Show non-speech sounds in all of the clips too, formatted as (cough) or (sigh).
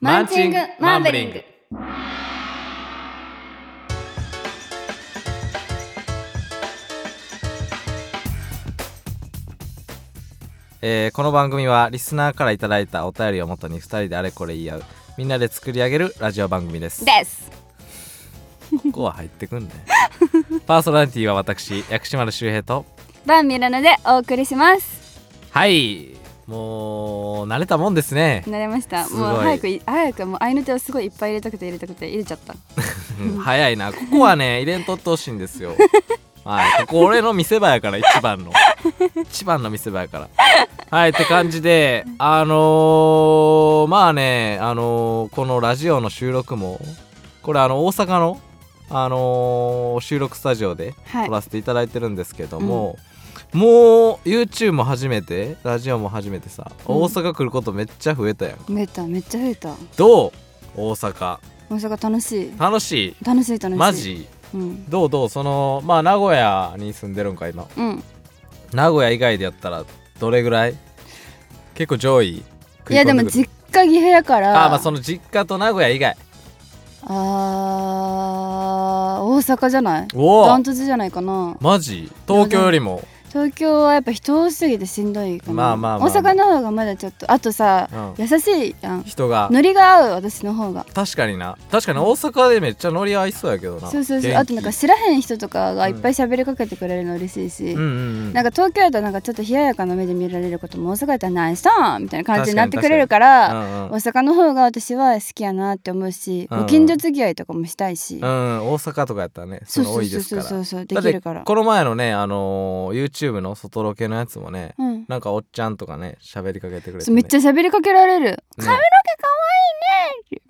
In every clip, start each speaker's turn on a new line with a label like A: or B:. A: マンチングマンブリング。
B: えーこの番組はリスナーからいただいたお便りをもとに2人であれこれ言い合うみんなで作り上げるラジオ番組です
A: です。
B: ここは入ってくんね (laughs) パーソナリティは私薬師丸周平と
A: バンミラノでお送りします。
B: はいもう慣れたもんですね
A: 慣れました。
B: すごい
A: もう早くい早くもう愛の手をすごいいっぱい入れたくて入れたくて入れちゃった。
B: うん早いなここ
A: (laughs)
B: はね入れんとってほしいんですよはいここ俺の見せ場やから一番の一番の見せ場やからはいって感じであのー、まあねあのーこのラジオの収録もこれあの大阪のあのー収録スタジオで
A: は
B: 撮
A: い。
B: らせていただいてるんですけども、もう YouTube も初めてラジオも初めてさ
A: うん
B: 大阪来ることめっちゃ増えたやん、
A: 増えためっちゃ増えた。
B: どう大阪
A: 大阪楽しい。
B: 楽し
A: 楽しい楽しい。
B: いマ？ジ
A: うん。
B: どうどうそのまあ名古屋に住んでるんか今
A: うん。
B: 名古屋以外でやったらどれぐらい結構上位食
A: い
B: 込
A: や
B: ん
A: でも
B: くる
A: 実家岐阜やから。
B: ああまあその実家と名古屋以外
A: あー大阪じゃない？
B: お
A: ダ
B: お
A: ントツじゃないかな。
B: マジ東京よりも
A: 東京はやっぱ人多すぎてしんどいかな。
B: まあまあまあ
A: 大阪の方がまだちょっとあとさ、
B: う
A: 優しいやん。
B: 人が
A: ノリが合う私の方が。
B: 確かにな確かに大阪でめっちゃ乗り合いそうやけどな
A: そうそうそう
B: 元気
A: あとなんか知らへん人とかがいっぱい喋りかけてくれるの嬉しいし、
B: うんうん
A: なんか東京だとなんかちょっと冷ややかな目で見られることも大阪だったら「ナイスさん!」みたいな感じになってくれるから
B: うんうん
A: 大阪の方が私は好きやなって思うし、
B: うんうん
A: ご近所付き合いとかもしたいし、
B: うん大阪とかやったらね
A: そ
B: そ
A: う
B: の
A: そ
B: 多
A: う
B: い
A: そ
B: で
A: う
B: す
A: そ
B: か
A: う
B: ら
A: そうそうで
B: だっ
A: きる
B: て
A: から。
B: この前のねあのー YouTube の外ロケのやつもね
A: うん、
B: なんかおっちゃんとかね喋りかけてくれて
A: そう
B: ね
A: めっちゃ喋りかけられる、
B: ね
A: 髪の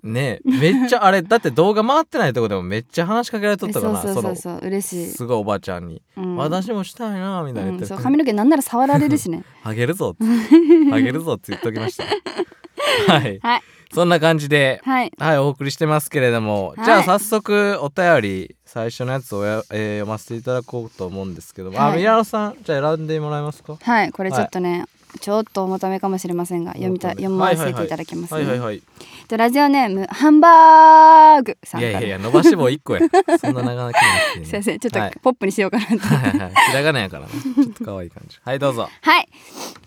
B: ねえめっちゃあれだって動画回ってないとこでもめっちゃ話しかけられとったからな
A: そうそうそうそう嬉しい
B: の、すごいおばちゃんに
A: うん
B: 「私もしたいな」みたいな
A: う
B: 言
A: ん、
B: って
A: そう
B: る
A: 髪の毛なんなら触られるしね
B: あげるぞ」
A: (laughs)
B: って「あげるぞ」って言っときましたはい、
A: はい
B: そんな感じで
A: はい
B: はいお送りしてますけれども、
A: はい
B: じゃあ早速お便り最初のやつをや、えー読ませていただこうと思うんですけども、
A: は
B: あ
A: い
B: ミラノさんじゃあ選んでもらえますか
A: はいこれちょっとね、ちょっと重ためかもしれませんが読みた読ませていただきます
B: はい
A: ね
B: はいはいい
A: えっとラジオネームハンバーグさんか
B: や
A: ら
B: いやいや伸ばし棒一個やそんな長々きなくてい
A: (laughs)
B: いね
A: すいませんちょ
B: は
A: っ
B: い
A: とポップにしようかなと、はい、
B: はいはいひらがなやからなちょっと可愛い感じはいどうぞ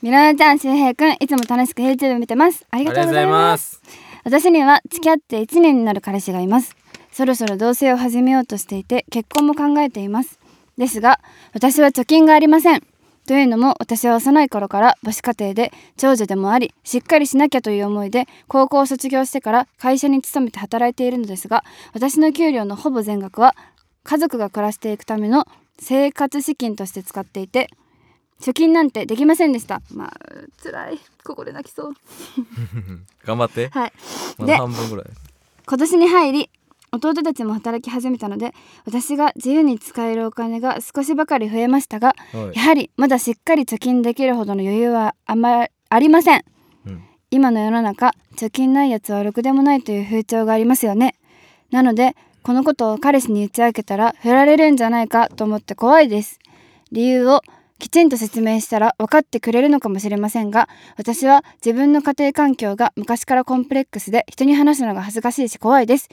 A: ミラノちゃん周平くんいつも楽しく YouTube 見てますありがとうございます
B: す。
A: 私には付き合って1年になる彼氏がいますそろそろ同棲を始めようとしていて結婚も考えていますですが私は貯金がありませんというのも私は幼い頃から母子家庭で長女でもありしっかりしなきゃという思いで高校を卒業してから会社に勤めて働いているのですが私の給料のほぼ全額は家族が暮らしていくための生活資金として使っていて貯金なんてできませんでしたまあ辛いここで泣きそう
B: 頑張って。
A: はい
B: ま
A: で
B: だ半分ぐらい。
A: 今年に入り弟たちも働き始めたので私が自由に使えるお金が少しばかり増えましたが
B: はい
A: やはりまだしっかり貯金できるほどの余裕はあまありません
B: うん
A: 今の世の中貯金ないやつはろくでもないという風潮がありますよねなのでこのことを彼氏に打ち明けたら振られるんじゃないかと思って怖いです理由をきちんと説明したら分かってくれるのかもしれませんが私は自分の家庭環境が昔からコンプレックスで人に話すのが恥ずかしいし怖いです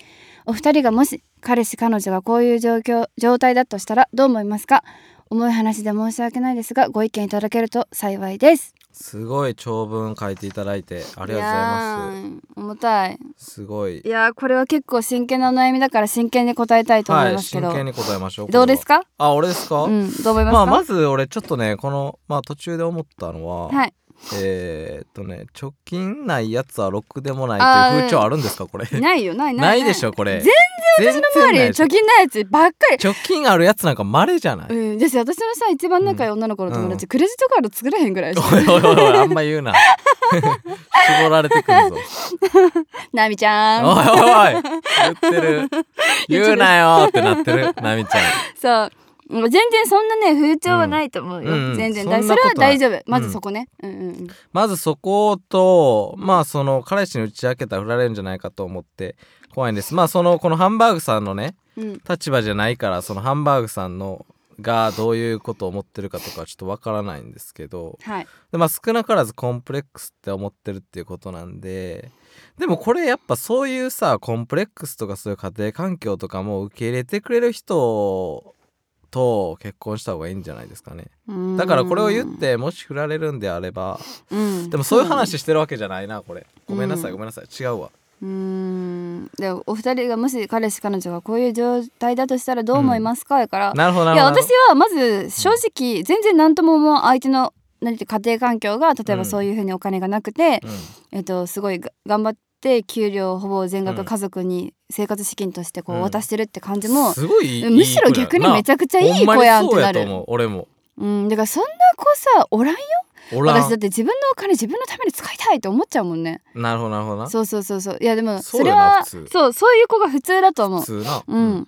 A: お二人がもし彼氏彼女がこういう状況状態だとしたらどう思いますか重い話で申し訳ないですがご意見いただけると幸いです
B: すごい長文書いていただいてあ
A: あ
B: りがとうございま
A: ます重たい
B: す。すごい
A: い。やーこれは結構真剣なお悩みだから真剣に答えたいと思
B: はい
A: ま
B: い、
A: すけ
B: 真
A: ど、
B: 剣に答えましょう。
A: どうです
B: か。
A: か
B: あ、俺ですか。
A: うんどう思いますか、
B: まあまず俺ちょっとねこのまあ途中で思ったのは、
A: はい
B: えーっとね貯金ないやつはろくでもないという風潮あるんですかこれ。
A: ないよない
B: な
A: ない
B: いでしょこれ。
A: 全然私の周り
B: 全然ないでしょ
A: 貯金ないやつばっかり
B: 貯金あるやつなんか稀じゃない。
A: うん、です私のさ一番仲良い女の子の友達、
B: う
A: クレジットカード作れへんぐらいし (laughs)
B: おいおいおいおいあんま言うな。絞られてくるぞ。
A: なみちゃ
B: お
A: ん
B: いおいおい言っ
A: (laughs)
B: てる言うなよってなってるなみちゃん
A: そうもう全然そんなね風潮はないと思うよ、
B: うんうん
A: 全然
B: そんな
A: 大
B: こと
A: それは大丈夫ま
B: う
A: ず
B: ん
A: そこね、うん、うんうん
B: まずそことまあその彼氏に打ち明けたら振られるんじゃないかと思って怖いんですまあそのこのハンバーグさんのね
A: うん
B: 立場じゃないからそのハンバーグさんのがどういうことを思ってるかとかはちょっとわからないんですけど
A: はい
B: で、まあ、少なからずコンプレックスって思ってるっていうことなんででもこれやっぱそういうさコンプレックスとかそういう家庭環境とかも受け入れてくれる人と結婚した方がいいんじゃないですかねだからこれを言っ、てもし振られるんであれば
A: うん、
B: でもそういう
A: だね
B: 話してるわけじゃないなこれごめんなさ
A: う
B: い
A: ん
B: ごめんなさい違うわ
A: うーんでお二人がもし彼氏彼女がこういう状態だとしたらどう思いますか、やから
B: なるほどないる
A: や
B: ほど
A: 私はまず正直全然何とも思う相手の何て家庭環境が例え
B: う
A: ば
B: ん
A: そういうふうにお金がなくて、
B: うん
A: えっと、すごいが頑張って給料をほぼ全
B: うん
A: 額家族に生活資金としてこ
B: う
A: うん渡してるって感じも、
B: すごいいい
A: むしろ逆にめち
B: ゃ
A: ゃくちゃいい子やんってなる。
B: 俺も
A: うん、だからそんな子さおらんよ
B: おらん
A: 私だって自分のお金自分のために使いたいと思っちゃうもんね
B: なるほどなるほどな
A: そうそうそうそういやでもそ
B: そうだ
A: れ
B: よ
A: は
B: な普通
A: そうそういう子が普通だと思う
B: 普通な
A: うん、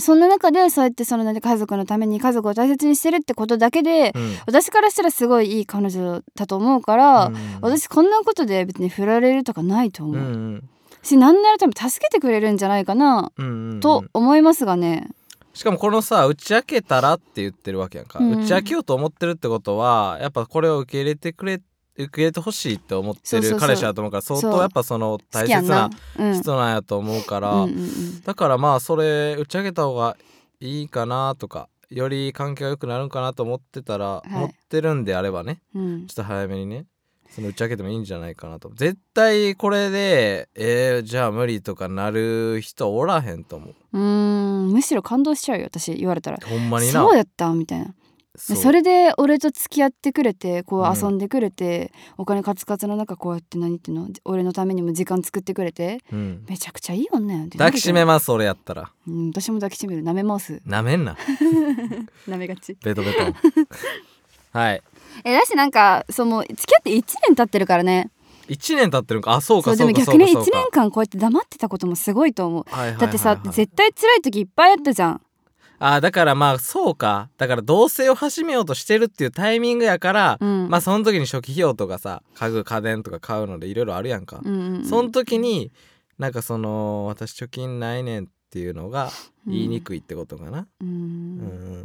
A: そんな中でそうやってそのなんて家族のために家族を大切にしてるってことだけで、
B: うん
A: 私からしたらすごいいい彼女だと思うから、
B: うん
A: 私こんなことで別に振られるとかないと思
B: う
A: う、
B: ん
A: しなんなら多分助けてくれるんじゃないかな
B: うんうんうん
A: と思いますがね、
B: しかもこのさ打ち明けたらって言ってるわけやんか、
A: うん
B: 打ち明けようと思ってるってことはやっぱこれを受け入れてくれ受け入れてほしいって思って
A: そうそうそ
B: る
A: う
B: 彼氏だと思うから相
A: そう
B: 当やっぱその
A: 好
B: 大
A: きや
B: 切
A: ん
B: な
A: な、うん、
B: 人なんやと思うから、
A: うんうんうん
B: だからまあそれ打ち上げた方がいいかなとかより関係が良くなるんかなと思ってたら、
A: い
B: 思ってるんであればね
A: うん
B: ちょっと早めにねその打ち明けてもいいんじゃないかなと絶対これでえー、じゃあ無理とかなる人おらへんと思う
A: うーんむしろ感動しちゃうよ私言われたら
B: ほんまにな
A: そうやったみたいな
B: そ
A: そうれで俺と付き合ってくれてこ
B: うん
A: う遊んでくれて、お金カツカツの中こうやって何言っていうの俺のためにも時間作ってくれて
B: うん、
A: めちゃくちゃいい女やんって
B: 抱きしめ
A: ま
B: ます俺やったら
A: す、うん、私も抱きしめる舐めます
B: なめんな
A: 舐めがち
B: ベトベト
A: (laughs)
B: はい
A: えだしなんかその付き合って1年経ってるからね
B: 1年経ってるんかあそう
A: そ
B: か
A: うで
B: そ
A: も
B: うかそ
A: 逆
B: う
A: に
B: か
A: 1
B: そうか
A: 年間こうやって黙ってたこともすごいと思う
B: はいはいはいはい
A: だってさ絶対辛い時いっぱいあったじゃん
B: あーだからまあそうかだから同棲を始めようとしてるっていうタイミングやから、
A: うん
B: まあその時に初期費用とかさ家具家電とか買うのでいろいろあるやんか、
A: うんうんうん
B: その時になんかその私貯金ないねんっていうのが言いにくいってことかな、
A: う
B: うんん、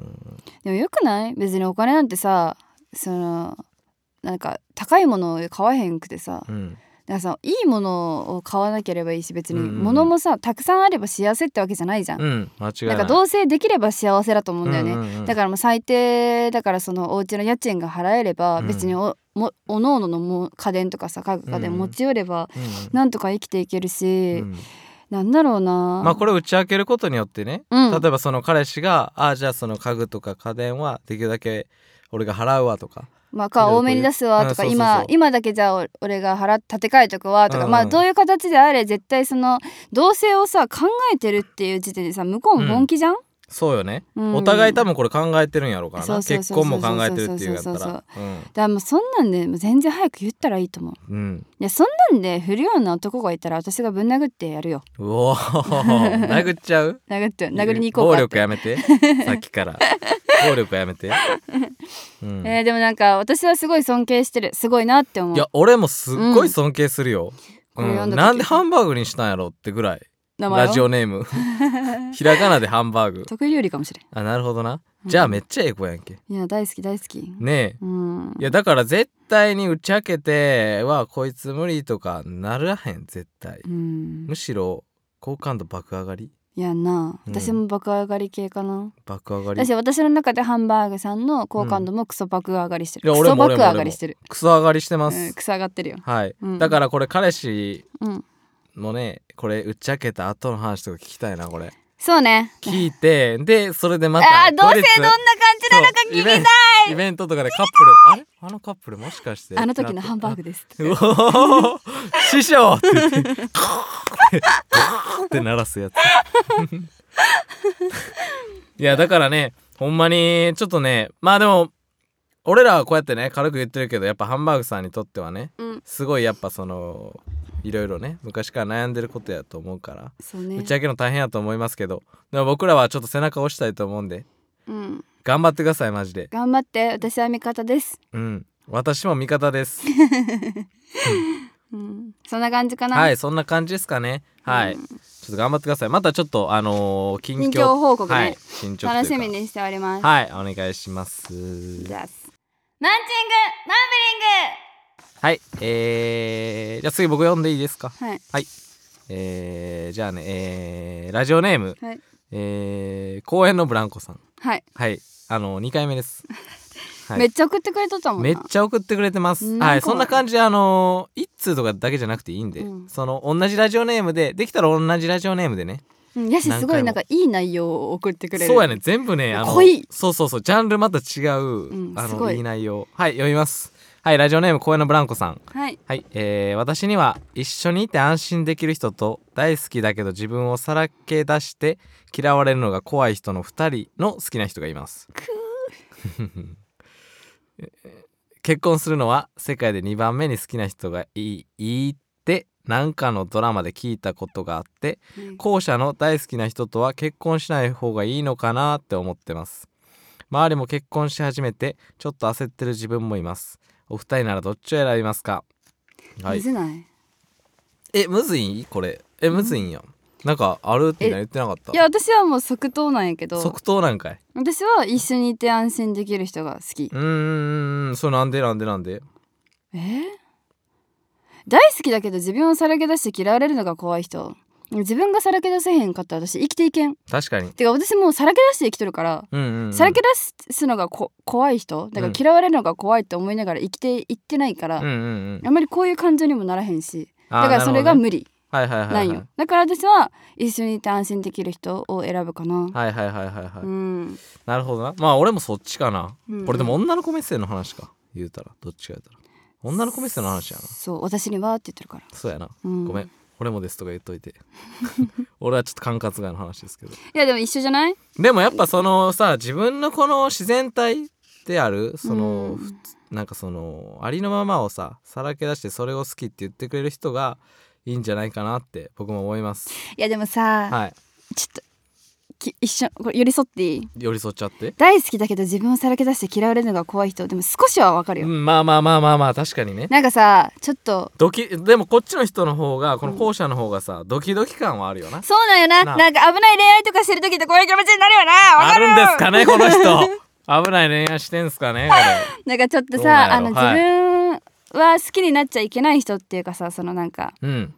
A: でもよくない別にお金なんてさそのなんか高いものを買わへんくてさ
B: うんうん
A: だからさいいものを買わなければいいし別に
B: うんうん
A: 物もさたくさんあれば幸せってわけじゃないじゃん。
B: うん間違いな
A: ないんか同棲できれば幸せだと思うんだよね。
B: うんうんうん
A: だからもう最低だからそのお家の家賃が払えれば
B: うん
A: 別にお、もおのおののも家電とかさ家具家電持ち寄れば
B: うん
A: なんとか生きていける
B: うん
A: し、
B: うん
A: なんだろうな
B: まあこれを打ち明けることによってね、
A: うん
B: 例えばその彼氏が「ああじゃあその家具とか家電はできるだけ俺が払うわ」とか
A: まあ、か多めに出すわとか、
B: うんそうそうそう
A: 今今だけじゃあ俺が払っ建て替えとくわとか、
B: うん
A: まあどういう形であれ絶対その同棲をさ考えてるっていう時点でさ向こうも本気じゃん、
B: そうよね、
A: うん
B: お互い多分これ考えてるんやろうから
A: そ
B: な
A: うそう
B: 結
A: そうそう
B: 婚も考えてるっていうやった
A: そうそう
B: ら
A: だからもうそんなんでもう全然早く言ったらいいと思う
B: うん、うん、
A: いやそんなんで振るような男がいたら私がぶん殴ってやるよ
B: うおー
A: (laughs)
B: 殴っちゃう
A: 殴って殴りに行こう
B: 暴
A: かっ
B: 力
A: て
B: やめてさっきから暴力や
A: (laughs)
B: めて、うん
A: えーでもなんか私はすごい尊敬してるすごいなって思う
B: いや俺もすっごい尊敬するよ、
A: う
B: うんん
A: これ読んだ時
B: なんでハンバーグにしたんやろってぐらい
A: 名前は
B: ラジオネ
A: (laughs)
B: ームひらがなでハンバーグ
A: 得意料理かもしれ
B: あなるほどなじゃあめっちゃええ子やんけ
A: んいや大好き大好き
B: ねえ
A: うん
B: いやだから絶対に打ち明けてはこいつ無理とかならへん絶対
A: うん
B: むしろ好感度爆上がり
A: いやな
B: うん
A: 私も爆上がり系かな、
B: 爆上がり
A: 私私の中でハンバーグさんの好感度もクソ爆上がりしてる、
B: いや
A: ク
B: 俺
A: ソ
B: も
A: 爆
B: 俺も
A: 上がりしてる、
B: クソ上がりしてま
A: うん、
B: す、
A: クソ上がってるよ
B: はい、
A: うん
B: だからこれ彼氏
A: うん
B: もねこれ打ち明けた後の話とか聞きたいなこれ
A: そうね
B: 聞いてでそれでまた
A: あーどうせどんな感じなのか
B: そう
A: 聞き
B: イ
A: た
B: ベ
A: い
B: ンイベントとかでカップルあれあのカップルもしかして
A: あの時のハンバーグです
B: うおー師匠って言ってカーッって鳴らすやついやだからねほんまにちょっとねまあでも俺らはこうやってね軽く言ってるけどやっぱハンバーグさんにとってはね
A: うん
B: すごいやっぱそのいろいろね昔から悩んでることやと思うから
A: そうね
B: 打ち上げの大変やと思いますけどでも僕らはちょっと背中を押したいと思うんで
A: うん
B: 頑張ってくださいマジで
A: 頑張って私は味方です
B: うん私も味方です
A: うん、そんな感じかな、
B: はいそんな感じですかねはい、
A: うん
B: ちょっと頑張ってくださいまたちょっとあのー近
A: 近
B: 況
A: 況報告ね
B: はい進捗というか
A: 楽しみにしております、
B: はいお願いします
A: じゃあマンチングナ
B: はいえー、じゃあ次僕読んでいいです
A: ン
B: か
A: ベリング
B: はいえー、じゃあねえー、ラジオネーム、
A: はいはい
B: えー、公園のブランコさん
A: はい、
B: はいあの2回
A: (laughs)
B: 目です、はい
A: めっちゃ送ってくれとったもんな
B: めっちゃ送ってくれてます。
A: うん
B: は
A: な
B: い、
A: んか
B: そんな感じであの一通とかだけじゃなくていいんで、
A: うん
B: その同じラジオネームでできたら同じラジオネームでね。
A: うん、やし
B: 何回も
A: すごいなんかいい内容を送ってくれる
B: そうやね、全部ね、あの
A: 濃い
B: そうそうそう、ジャンルまた違う、
A: うん
B: あ
A: す
B: の
A: ごい
B: いい内容。はい、読みます。はい、ラジオネーム公園のブランコさん。
A: はい
B: はい、えー私には一緒にいて安心できる人と大好きだけど自分をさらけ出して嫌われるのが怖い人の2人の好きな人がいます。結婚するのは世界で2番目に好きな人がいいいいってなんかのドラマで聞いたことがあって後者の大好きな人とは結婚しない方がいいのかなって思ってます周りも結婚し始めてちょっと焦ってる自分もいますお二人ならどっちを選びますかは
A: む
B: い
A: ずない
B: えむずいこれえむずいんやなんかあるって言ってなかっ
A: い
B: た
A: や私はもう即答なんやけど
B: 即答なんかい
A: 私は一緒にいて安心できる人が好き
B: うーんそうなんでなんでなんで
A: えー大好きだけど自分をさらけ出して嫌われるのが怖い人自分がさらけ出せへんかったら私生きていけん
B: 確かに
A: てか私もうさらけ出して生きとるから、
B: うんうん、うん、
A: さらけ出すのがこ怖い人だか
B: うん
A: ら嫌われるのが怖いって思いながら生きていってないから、
B: うんうんうん
A: あんまりこういう感情にもならへんしだからそれ
B: あ
A: が
B: ーなる
A: 無理
B: ほどねはいはいはい
A: な
B: は
A: ん
B: い
A: よ、だから私は一緒にいて安心できる人を選ぶかな、
B: はいはいはいはいはい、
A: うん
B: なるほどなまあ俺もそっちかな、
A: うん
B: これでも女の子目線の話か言うたらどっちか言うたら女の子目線の話やな
A: そう私にはって言ってるから、
B: そうやな、
A: うん、
B: ごめん俺もですとか言っといて (laughs) 俺はちょっと管轄外の話ですけど
A: いやでも一緒じゃない
B: でもやっぱそのさ自分のこの自然体であるその、
A: うん
B: ふつなんかそのありのままをささらけ出してそれを好きって言ってくれる人がいいんじゃないかなって僕も思います
A: いやでもさ、
B: はい
A: ちょっとき一緒これ寄り添っていい
B: 寄り添っちゃって
A: 大好きだけど自分をさらけ出して嫌われるのが怖い人でも少しはわかる
B: う
A: よ、
B: んまあまあまあまあまあ確かにね
A: なんかさちょっと
B: ドキでもこっちの人の方がこの後者の方がさ、ドキドキ感はあるよな
A: そうなんよな
B: なあ
A: なんか危ない恋愛とかしてる時ってこういう気持ちになるよなわ
B: あ
A: かる
B: るんですかねこの人危ない恋愛してんすかねこれ
A: なんかちょっと
B: どうなん
A: さ
B: や
A: あ
B: ろ
A: の、
B: はい
A: 自分は好きになっちゃいけない人っていうかさそのなんか
B: うん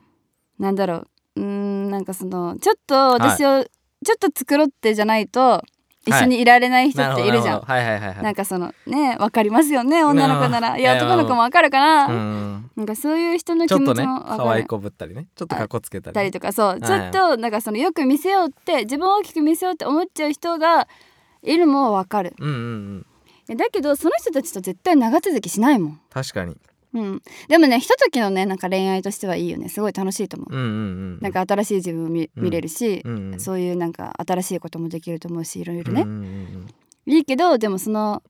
A: なんだろううーんなんかそのちょっと私を、ちょっと繕ってじゃないと一緒にいられない人
B: なる
A: っ
B: ほ
A: て
B: ど
A: いるじゃん、
B: なほどはいはいはいはい
A: なんかそのねわかりますよね女の子ならいや
B: うん
A: 男の子もわかるかな、
B: うん
A: なんかそういう人の
B: ち
A: 気
B: ょ
A: 持
B: っ
A: ち
B: と
A: も
B: ね
A: わ
B: 可
A: か
B: 愛い
A: る
B: こぶったりねちょっとかっこつけたり
A: た
B: ね、
A: りとかそう
B: い
A: ちょっとなんかそのよく見せようって自分を大きく見せようって思っちゃう人がいるのもわかる
B: うんうんうん
A: だけどその人たちと絶対長続きしないもん
B: 確かに
A: うんでもねひとときのねなんか恋愛としてはいいよねすごい楽しいと思う、
B: うんうんうん
A: なんか新しい自分を見
B: うん
A: 見れるし、
B: うんうん
A: そういうなんか新しいこともできると思うしいろいろ
B: う
A: ね、
B: んうんうん
A: いいけどでもその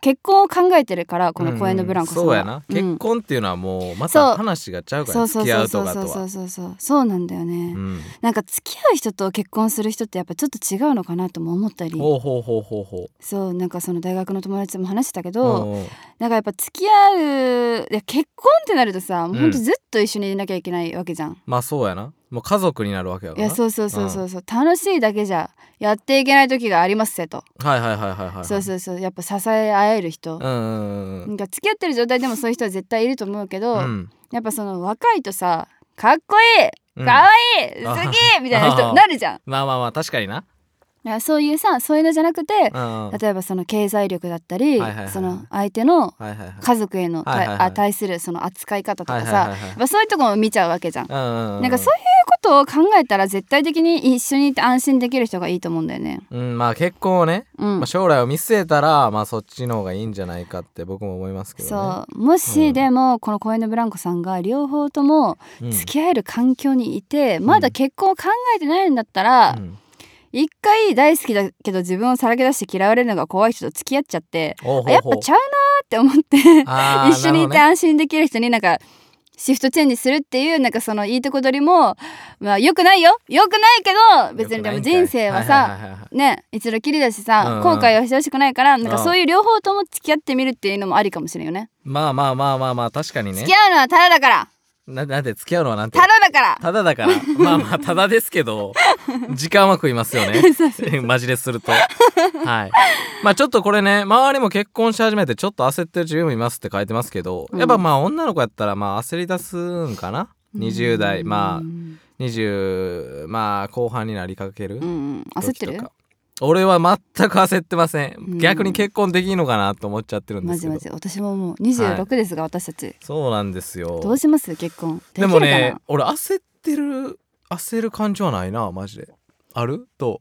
A: 結婚を考えてるからこの公園のブランコさん
B: そう
A: は、
B: やな
A: うん
B: 結婚っていうのはもうま
A: そ
B: た
A: う
B: 話がちゃうから
A: そう
B: ね
A: そ
B: 付
A: う
B: き合
A: そう
B: うと
A: そう
B: かと
A: そ
B: は
A: うそうそうそうなんだよね、
B: うん
A: なんか付き合う人と結婚する人ってやっぱちょっと違うのかなとも思ったり
B: ほうほうほうほうほう
A: そうなんかその大学の友達とも話してたけど、
B: うんうん
A: なんかやっぱ付き合ういや結婚ってなるとさもうほんと
B: うん
A: ずっと一緒にいなきゃいけないわけじゃん。
B: まあそうやなもう家族になるわけやか
A: い
B: ら
A: や
B: な
A: そうそうそうそうそう、楽しいだけじゃやっていけない時がありますせと、
B: はいはいはいはいはい
A: そうそうそうやっぱ支え合える人、
B: うんうんうん
A: なんか付き合ってる状態でもそういう人は絶対いると思うけど、
B: うん
A: やっぱその若いとさかっこいい
B: うん
A: かわいい、
B: あ
A: 好きみたいな人になるじゃん。
B: まあまあまあ確かにな
A: だからそういうさそういうのじゃなくて
B: うんうんはい
A: 例えばその経済力だったり、
B: はいはいはい
A: その相手の
B: はいはい
A: 家族へのた、
B: はいはいはい
A: あ対するその扱い方と
B: はい
A: か
B: は
A: さ、
B: いはいはい
A: やっぱそういうとこも見ちゃうわけじゃん。
B: うんうん
A: なんかそういうことを考えたら絶対的に一緒にいて安心できる人がいいと思うんだよね。
B: うんまあ結婚をね
A: うん、
B: まあ将来を見据えたらまあそっちの方がいいんじゃないかって僕も思いますけどね
A: そうも
B: うん
A: しでもこの公園のブランコさんが両方とも
B: うん
A: 付き合える環境にいて、まだ結婚を考えてないんだったら、
B: うん
A: 一回大好きだけど自分をさらけ出して嫌われるのが怖い人と付き合っちゃって
B: おう
A: あ
B: ほう
A: やっ
B: ほう
A: ぱちゃうなーって思って
B: あー
A: (laughs) 一緒にいて
B: なる
A: 安心できる人になんかシフトチェンジするっていうなんかそのいいとこ取りもまあ良くないよ良くないけど
B: ほどね
A: 別にでも
B: 良くないん
A: 人
B: かい
A: 生はい
B: い
A: さ
B: いはいはい
A: ね一度きりだし
B: うんう
A: さ
B: ん
A: 後悔はしてほしくないからなん
B: う
A: か
B: ん
A: そういう両方とも付き合ってみるっていうのもありかもしれんよね
B: まあまあまあまあまあ確かにね
A: 付き合うのはただだから
B: ななんで付き合うのはなんて
A: タダだから
B: ただ
A: (laughs)
B: だからまあまあただですけど時間は食いますよね (laughs) マジでするとはいまあちょっとこれね周りも結婚し始めてちょっと焦ってる自分もいますって書いてますけど、
A: うん
B: やっぱまあ女の子やったらまあ焦り出すんかな20代ま
A: うん
B: あ20まあ後半になりかける
A: うん焦ってる
B: 時とか俺は全く焦ってません、
A: うん
B: 逆に結婚できんのかなと思っちゃってるんで
A: マ
B: すけ
A: ジ
B: ど
A: マジ私ももう26ですが、私たち
B: そうなんですよ
A: どうします結婚でき
B: で
A: るかな
B: もね俺焦ってる焦る感情はないなマジであると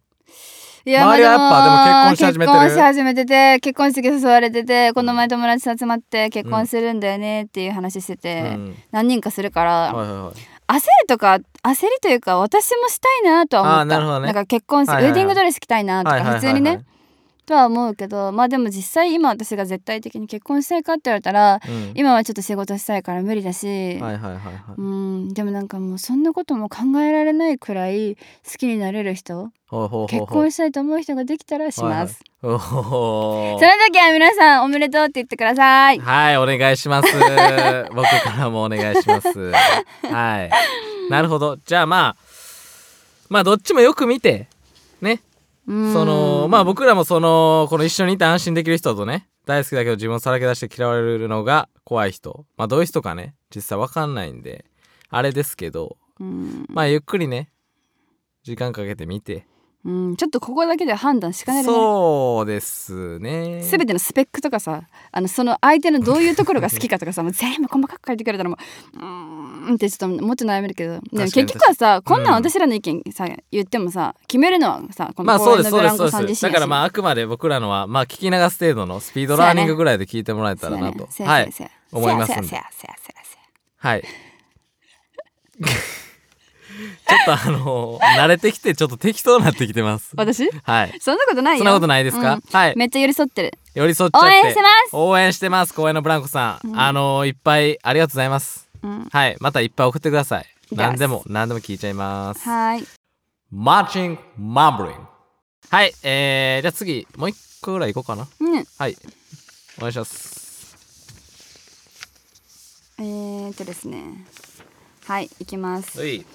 A: いや
B: 周りは
A: まあ
B: やっぱでも結婚し始めてる
A: 結婚し始めてて結婚式誘われててこの前友達と集まって結婚するんだよねっていう話してて、
B: うん
A: 何人かするから、
B: はいはいはい
A: 焦るとか焦りというか私もしたいなとは思った
B: あーなるほどね
A: んか結婚式、
B: はいは
A: ウ
B: いはい
A: ェディングドレス着たいなと
B: はいはいはい
A: か
B: は
A: 普
B: い
A: 通にね、とは思うけどまあでも実際今私が絶対的に結婚したいかって言われたら、
B: うん
A: 今はちょっと仕事したいから無理だし、
B: はいはいはいはい
A: うんでもなんかもうそんなことも考えられないくらい好きになれる人
B: ほうほうほうほう
A: 結婚したいと思う人ができたらします。
B: はいはいほうほう
A: その時は皆さんおめでとうって言ってください。
B: はいお願いします
A: (laughs)
B: 僕からもお願いしますはいなるほどじゃあまあまあどっちもよく見てねそのまあ僕らもそのこの一緒にいて安心できる人とね大好きだけど自分をさらけ出して嫌われるのが怖い人まあどういう人かね実際わかんないんであれですけど
A: うん、
B: まあゆっくりね時間かけてみて、
A: うん、ちょっとここだけでは判断しかねるね。
B: そうですね
A: すべてのスペックとかさあのその相手のどういうところが好きかとかさもう全部細かく書いてくれたらもううーんってちょっともっと悩めるけどでも
B: 確か
A: 結
B: に
A: 局はさこんなん
B: うん
A: 私らの意見さ、言ってもさ決めるのはさこ
B: ま
A: の
B: あそ
A: 公
B: うで
A: 園
B: す
A: の
B: そ
A: ブラ
B: うです
A: ン
B: そ
A: コ
B: うで
A: さん
B: す
A: 自
B: だ
A: 身
B: から
A: や
B: まああくまで僕らのはまあ聞き流す程度のスピードラーニングぐらいで聞いてもらえたらなと、
A: しそう
B: は
A: やね
B: い
A: そうやね
B: 思いますんで
A: せやせやせやせや
B: はい (laughs) ちょっとあの慣れてきてちょっと適当になってきてます
A: せや私
B: はい
A: そんなことないよ
B: そんなことないですか、
A: うん
B: はい
A: めっちゃ寄り添ってる
B: 寄り添っちゃって
A: 応援してます
B: 応援してます公園のブランコさん、あのいっぱいありがとうございます
A: うん
B: はいまたいっぱい送ってください
A: きます
B: 何でも何でも聞いちゃいます
A: はい
B: マーチングマンブリングはいえー、じゃあ次もう一個ぐらい行こうかな
A: うん
B: はいお願いします
A: えー、っとですねはい行きます
B: うい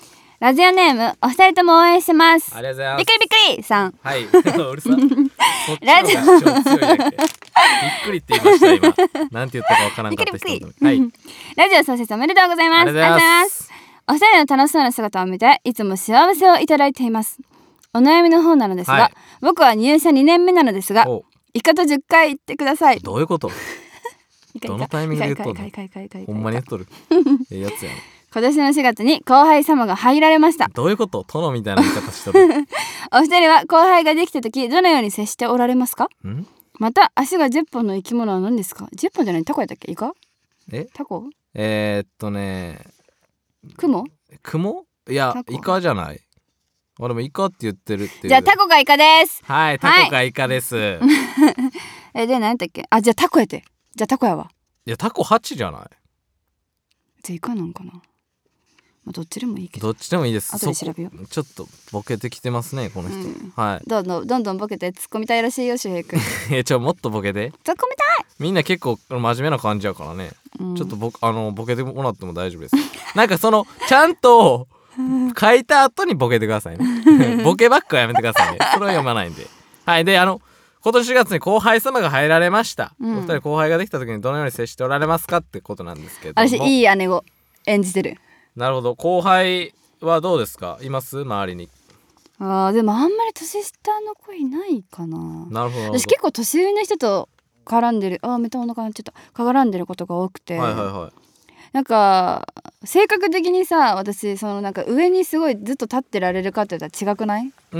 A: ラジオネームお二人とも応援してます
B: ありがとうございます
A: びっくりびっくりさん
B: はい (laughs)
A: (laughs)
B: うるさそっちの方が主張強いだけびっくりって言いました今
A: (laughs)
B: なんて言ったかわからんかった人
A: びっくりびっくり
B: はいあり
A: ラジオ創設おめでとうございます
B: がとうございます
A: お二人の楽しそうな姿を見ていつも幸せをいただいていますお悩みの方なのですが、
B: はい
A: 僕は入社2年目なのですが
B: お
A: イカと10回言ってください
B: どういうこと
A: イカイカ
B: どのタイミングで言っとんの
A: イカイカイカイカイカイカイカ
B: ほんまにやっ
A: (laughs)
B: とるええやつやな
A: 今年の4月に後輩様が入られました
B: どういうこと殿みたいな言い方しと
A: (laughs)
B: る
A: お二人は後輩ができた時どのように接しておられますか
B: ん
A: また足が10本の生き物は何ですか10本じゃないタコやったっけイカ
B: え
A: タコ
B: えー、っとね
A: クモ
B: 雲いや
A: タコ
B: イカじゃない俺もイカって言ってるっていう
A: じゃあタコかイカです
B: はいタコかイカです、い、
A: えで何やったっけあじゃあタコやてじゃあタコやわ
B: やタコ8じゃな
A: じゃあイカなんかなまあどっちでもいい
B: い
A: けど
B: どっちでもいいです
A: 後で
B: そ
A: 調
B: こ
A: べよ
B: ちょっとボケてきてますねこの人、
A: うん
B: は
A: どんどんどんどんボケて突っ込みたいらしいよ周平君突っ
B: い (laughs) えちょもっとボケ
A: 込
B: て
A: みたい、
B: みんな結構真面目な感じやからね、
A: うん
B: ちょっとボあのボケてもらっても大丈夫です (laughs) なんかそのちゃん
A: (laughs)
B: と書いた後にボケてくださいねボケばっかはやめてくださいねそれは読まないんではいであの今年4月に後輩様が入られました、
A: うん
B: お二人後輩ができた時にどのように接しておられますかってことなんですけども
A: 私いい姉を演じてる
B: なるほど後輩はどうですかいます周りに
A: あーでもあんまり年下の子いないかな
B: なるほどなるほど
A: 私結構年上の人と絡んでるあーめっちゃお腹鳴っちゃった絡んでることが多くて、
B: はいはいはい
A: なんか性格的にさ私そのなんか上にすごいずっと立ってられるかって言ったら違くないう
B: ー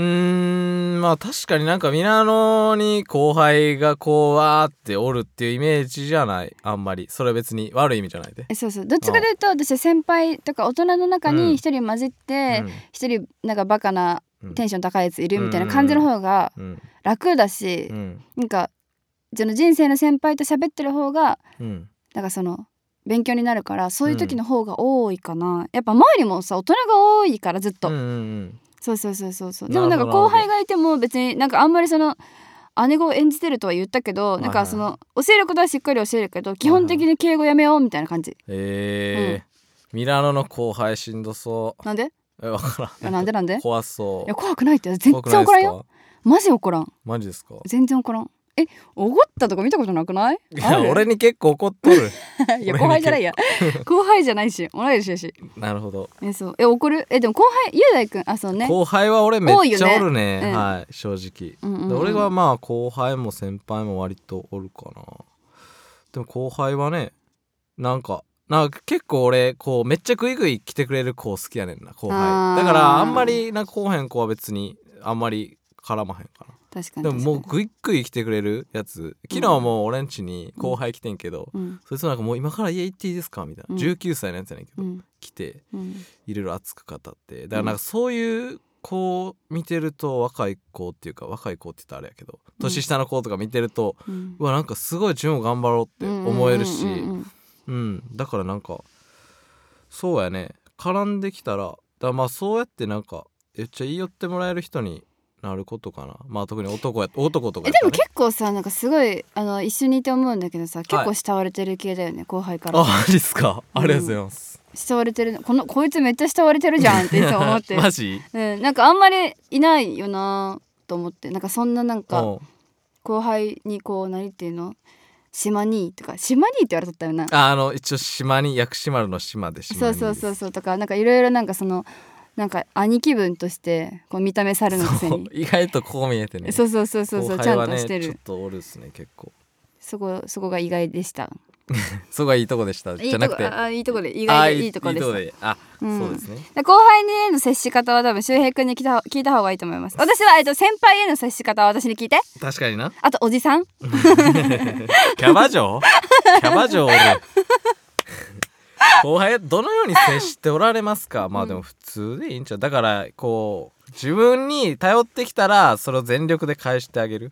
B: んまあ確かになんかミラノに後輩がこうわーっておるっていうイメージじゃないあんまりそれは別に悪い意味じゃないで、
A: えそうそうどっちかというと私は先輩とか大人の中
B: うん
A: に一人混じって
B: うん
A: 一人なんかバカな
B: うん
A: テンション高いやついるみたいな感じの方が
B: うん
A: 楽だし
B: うん
A: なんかその人生の先輩と喋ってる方が
B: うん
A: なんかその勉強になるからそういう時の方が多いかな、やっぱ周りもさ大人が多いからずっと、
B: うんうん
A: そうそうそうそうそう
B: な
A: で
B: るほ
A: もな
B: ど
A: んか後輩がいても別になんかあんまりその姉子を演じてるとは言ったけど、
B: いはい
A: なんかその教えることはしっかり教えるけど基本的に敬語やめようみたいな感じ、
B: えミラノの後輩しんどそ
A: なんで
B: うえわからん
A: なんでなんでい
B: 怖そう
A: や怖くないって全
B: 怖くな
A: 然
B: い
A: 怒
B: です
A: ら
B: か
A: んよマジ怒らん
B: マジですか
A: 全然怒らんえ怒ったとか見たことなくない
B: い
A: あ
B: や
A: る
B: 俺に結構怒っとる
A: (laughs) いや後輩じゃない
B: (laughs)
A: や後輩じゃないし同い年やし
B: なるほど、
A: えそうえ怒るえでも後輩雄大くんあそうね
B: 後輩は俺めっちゃおる
A: 多
B: ね
A: いよねうん
B: はい正直、
A: うんうんうん
B: で俺はまあ後輩も先輩も割とおるかなでも後輩はねなんかなんか結構俺こうめっちゃグイグイ来てくれる子好きやねんな後
A: あー
B: 輩だからあんまりなんか後輩子は別にあんまり絡まへんかな
A: 確かに
B: でももう
A: 確か
B: グイッグイ来てくれるやつ昨日も俺んちに後輩来てんけど、
A: にうん
B: そいつなんかもう今から家行っていいですかみたいな、
A: うん
B: 19歳のやつやねんけど、
A: うん
B: 来て
A: うん
B: いろいろ熱く語ってだからなんかそういう子を見てると若い子っていうか若い子って言ったらあれやけど年下の子とか見てると、
A: うん
B: うわなんかすごい順を頑張ろうって思えるし、
A: うんうんうんうん
B: うん、だからなんかそうやね絡んできたらだからまあそうやってなんかめっちゃ言い寄ってもらえる人になることかなまあ特に男や男とか
A: え
B: やっ
A: で
B: たら
A: も
B: ね
A: 結構さなんかすごいあの一緒にいて思うんだけどさ結
B: は
A: 構
B: い
A: 慕われてる系だよね後輩から
B: あマジっすかありがとうございます、
A: 慕われてるのこのこいつめっちゃ慕われてるじゃんっていつも思
B: (laughs)
A: って
B: マジ
A: うんなんかあんまりいないよなと思ってなんかそんななんか
B: うん
A: 後輩にこう何っていうの島にとか島にって言われとったよな
B: ああの一応島に薬師丸の島で島に
A: そうそうそうそうとかなんかいろいろなんかそのなんか兄貴分としてこう見た目猿のくせ
B: そう
A: に
B: 意外とこう見えてね
A: そうそうそうそうそう、
B: 後
A: ちゃ
B: 輩は
A: ん
B: ね
A: として
B: ちょっ
A: る
B: とおるっすね結構
A: そこそこが意外でした
B: そこがいいとこでした
A: いい
B: じゃ
A: と
B: な
A: こ
B: くて
A: ああいいとこで意
B: 意
A: 外でいいとこでした
B: あ、
A: うん
B: そうですね
A: で後輩にへの接し方は多分周平君に聞いた聞いた方がいいと思います私は、えっと、先輩への接し方は私に聞いて
B: 確かにな
A: あとおじさん
B: キャバ
A: (laughs)
B: 嬢キャバ嬢で後輩どのように接しておられますかまあでも普通でいいんちゃうだからこう自分に頼ってきたらそれを全力で返してあげる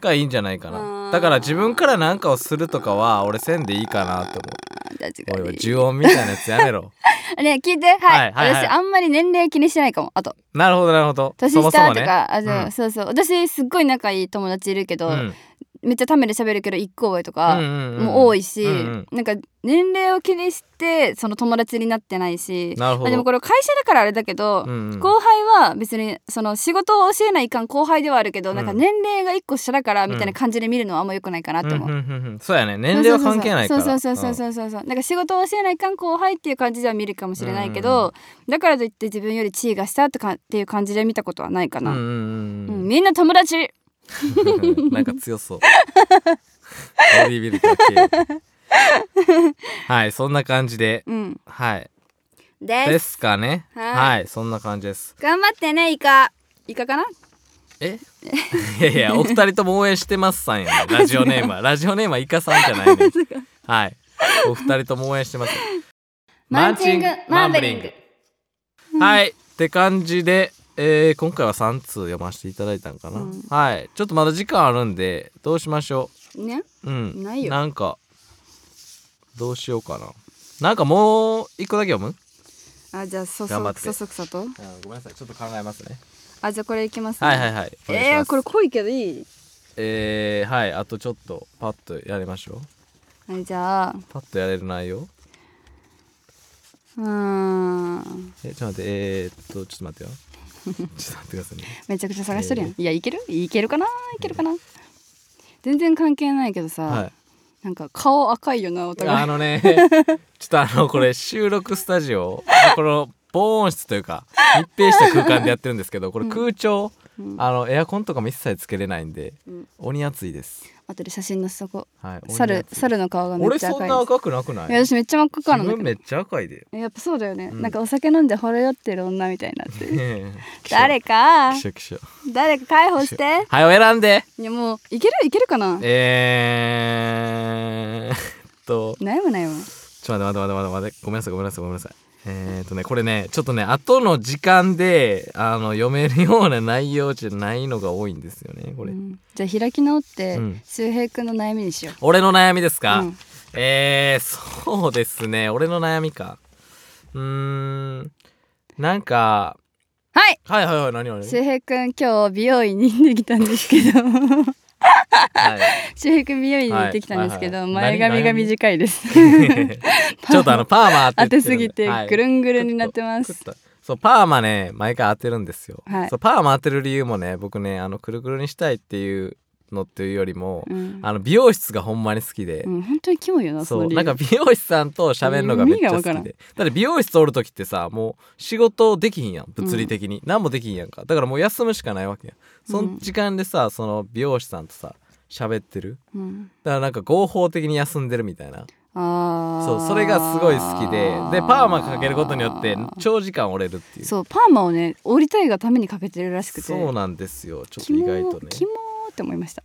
B: がいいんじゃないか
A: う
B: なんだから自分から何かをするとかは俺せんでいいかなって思う
A: あ確
B: おい
A: か
B: おい
A: に
B: 呪音みたいなやつやめろ
A: ね聞いてはい、
B: はいはいはい
A: 私あんまり年齢気にしてないかもあと
B: なるほどなるほど
A: 年
B: そ
A: 下
B: も
A: と
B: そも
A: か
B: ね
A: あの、
B: うん
A: そうそう私すっごい仲いい友達いるけど、
B: うん
A: めっちゃためで喋るけど一個上とか、
B: うんうんうん
A: も多いし、
B: うんうん
A: なんか年齢を気にしてその友達になってないし
B: なるほど
A: あでもこれ会社だからあれだけど、
B: うんうん
A: 後輩は別にその仕事を教えないかん後輩ではあるけど、
B: うん
A: なんか年齢が一個下だからみたいな感じで見るのはあんま良くないかなって思う。
B: うんうんうんうんそうやね年齢は関係ないから
A: そうそうそうそうそうそうそう、なんか仕事を教えないかん後輩っていう感じでは見るかもしれないけど、だからといって自分より地位が下とかっていう感じで見たことはないか
B: うん
A: な、
B: うんうんうん
A: うんみんな友達
B: (laughs) なんか強そう。ボディービルダー系。
A: (laughs)
B: はい、そんな感じで。
A: うん
B: はい。
A: です
B: ですかね。
A: はい
B: はい、そんな感じです。
A: 頑張ってねイカイカかな
B: え (laughs) いやいや、お二人とも応援してますさんやね。ラジオネームは。ラジオネームはイカさんじゃないね。はい。お二人とも応援してます。
A: マンチングマンブリング。
B: はい。って感じで、えー今回は3通読ませていただいたんかな。
A: うん
B: はい。ちょっとまだ時間あるんで、どうしましょう。
A: ね
B: うん、
A: ないよ
B: んかどうしようかななんかもう一個だけ読む
A: あじゃあそ
B: 頑張
A: そそ
B: って
A: そくさと
B: ごめんなさいちょっと考えますね
A: あじゃあこれいきますね
B: はいはいはいお願いし
A: え
B: ま
A: ー、
B: す
A: これ濃いけどいい
B: えー、はいあとちょっとパッとやりましょう
A: はいじゃあ
B: パッとやれる内容
A: うーん
B: えちょっと待ってえー、っと
A: (laughs)
B: ちょっと待ってよちょっと待ってくださいね
A: めちゃくちゃ探しとるやん、
B: え
A: いやいけるいけるかないけるかな、全然関係ないけどさ、
B: はい
A: なんか顔赤いよなお互
B: あ
A: い (laughs)
B: のねちょっとあのこれ収録スタジオ (laughs) この防音室というか密閉した空間でやってるんですけどこれ空調、あのエアコンとかも一切つけれないんで、
A: うん
B: 鬼暑いです
A: 後で写真載せとこ
B: は
A: う
B: い、
A: 猿
B: 鬼暑い
A: 猿の顔がめっ
B: 俺
A: ちゃ
B: そ
A: 赤
B: ん
A: いで
B: な
A: す
B: 赤くなくない
A: いや私めっちゃ真っ赤かな
B: 自分
A: んだ
B: めっちゃ赤いで
A: やっぱそうだよね、
B: うん
A: なんかお酒飲んでほろ酔ってる女みたいになってる
B: か
A: (laughs)
B: (laughs)
A: 誰か
B: きしょきしょ
A: 誰か解放して
B: はいお選んで
A: いやもういけるいけるかな
B: えー、っと
A: 悩む悩む
B: ちょっと待って待って待って待ってごめんなさいごめんなさいごめんなさいえー、っとねこれねちょっとね後の時間であの読めるような内容じゃないのが多いんですよねこれ、
A: うんじゃあ開き直って、
B: うん
A: 周平くんの悩みにしよう
B: 俺の悩みですか、
A: うん
B: えー、そうですね俺の悩みかうーんなんか
A: はい
B: はいはいはい何何 (laughs)
A: 周平くん今日美容院に行ってきたんですけど
B: はい、
A: 修復美容院に行ってきたんですけど、
B: はいはいはい
A: 前髪が
B: 何何
A: 短いです。
B: (laughs) ちょっと
A: (laughs)
B: あのパーマ
A: 当
B: 当て
A: て
B: てる
A: す
B: んで
A: ぎて
B: はい
A: ぐるんぐるんになってます。
B: ちょっとそうパーマね毎回当てるんですよ、
A: はい
B: そうパーマ当てる理由もね僕ねあのくるくるにしたいっていうのっていうよりも、
A: うん、
B: あの美容室がほんまに好きで、
A: うん本当にキモいよなそ
B: そ
A: の
B: う
A: 理由
B: なんか美容師さんと喋るのがめっちゃ
A: 意
B: 好き
A: 味がわからん
B: でだって美容室おる時ってさもう仕事できひんやん物理的に、何もできひんやんかだからもう休むしかないわけやんその時間でさその美容師さんとさ喋ってる
A: うん、
B: だからなんか合法的に休んでるみたいな
A: あ
B: そうそれがすごい好きででパーマかけることによって
A: ょ
B: 長時間折れるっていう
A: そうパーマをね折りたいがためにかけてるらしくて
B: そうなんですよちょっ
A: キ
B: と意
A: モ
B: 外とね
A: キモーって思いました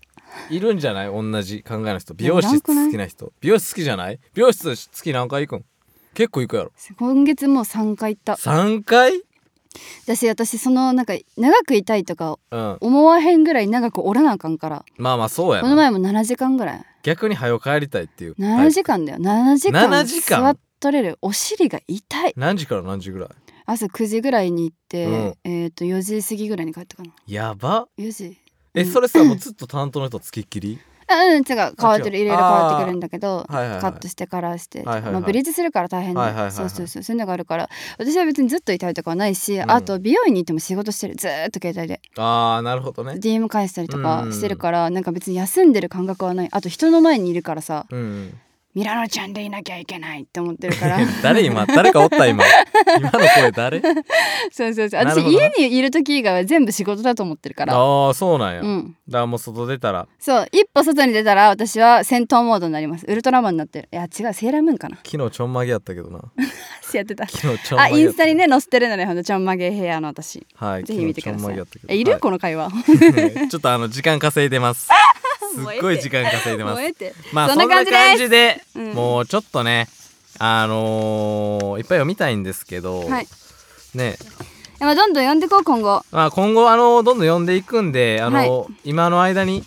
B: いるんじゃない同じ考えの人美
A: や
B: 容室
A: いらんくない
B: 好きな人美容室好きじゃない美容室月何回行くん結構行くやろ
A: 今月もう3回行った
B: 3回
A: 私私そのなんか長くいたいとか
B: うん
A: 思わへんぐらい長く折らなあかんから
B: まあまあそうや
A: この
B: な
A: 前も7時間ぐらい
B: 逆に早よ帰りたいっていう
A: 7時間だよ7時間
B: 7時間
A: 座っとれるお尻が痛い
B: 何時から何時ぐらい
A: 朝9時ぐらいに行って、えっ、と4時過ぎぐらいに帰ったかな
B: やば
A: 4時
B: え
A: うん
B: それさもうずっと担当の人つきっきり
A: あうん違う変わってる
B: 違う
A: いろいろ変わってくるんだけど、
B: あーはいはいはい
A: カットしてからして、
B: はいはいはい
A: まあ、ブリーチするから大変で、
B: はいはいはいはい
A: そうそうそうそういうのがあるから私は別にずっといたいとかはないし、
B: うん
A: あと美容院に行っても仕事してるずーっと携帯で
B: あーなるほどね
A: DM 返したりと
B: う
A: か
B: ん
A: してるから、なんか別に休んでる感覚はないあと人の前にいるからさ
B: うんうん
A: ミラノちゃんでいなきゃいけないって思ってるから
B: 誰今誰かおった今今の声誰
A: (laughs) そうそうそう
B: な
A: 私
B: るほど
A: 家
B: ね
A: にいる時以外は全部仕事だと思ってるから。
B: ああそうなんや、
A: う
B: だか
A: ん、
B: らもう外出たら
A: そう一歩外に出たら私は戦闘モードになりますウルトラマンになってるいや違うセーラームーンかな (laughs)
B: 昨日ちょんまげやったけどな
A: やってた
B: 昨日ちょんま
A: あ
B: げ
A: イ
B: や
A: ン
B: っ
A: ス
B: た
A: タにね載せてるのねほんとちょんまげヘアの私
B: はい
A: ぜひ見てください
B: 昨日ちょんまげやったけど
A: えいる、
B: はい
A: この会話
B: (laughs) ちょっとあの時間稼いで
A: (laughs)
B: ます。すっごい時間稼いでます
A: 燃。えて
B: まあ
A: そ
B: そ
A: ん
B: ん
A: な
B: な
A: 感
B: 感
A: じ
B: じ
A: ですう
B: で、
A: ん
B: もうちょっとね、あのーいっぱい読みたいんですけど、
A: はい
B: ね、
A: えまあどんどん呼んでこう今後
B: まあ今後あのどんどん読んでいくんで、あの
A: は
B: 今の間に。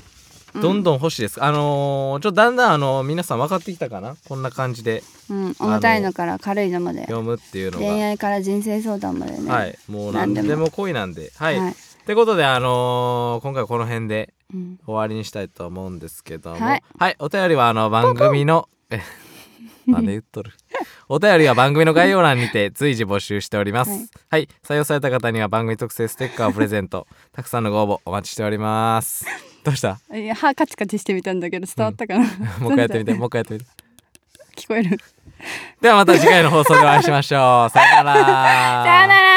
B: どんどん欲しいです、あのーちょっとだんだんあの皆さん分かってきたかなこんな感じで
A: うん重たいのから軽いのまで
B: 読むっていうの
A: 恋
B: が、
A: 愛から人生相談までね
B: はいもう
A: 何
B: 何
A: でも
B: でも恋なんではい、
A: は
B: っ
A: い
B: てことであのー今回はこの辺で
A: うん
B: 終わりにしたいと思うんですけども
A: は
B: はい
A: い、
B: お便りはあの番組のえなんで言っとる (laughs) お便りは番組の概要欄にて随時募集しております
A: は
B: はいい、採用された方には番組特製ステッカーをプレゼント (laughs) たくさんのご応募お待ちしておりますどうした
A: いや歯カチカチしてみたんだけど伝わったかな
B: もう一回や
A: (laughs)
B: ってみてもう一回やってみて
A: 聞こえる
B: (laughs) ではまた次回の放送でお会いしましょうさよなら
A: さよなら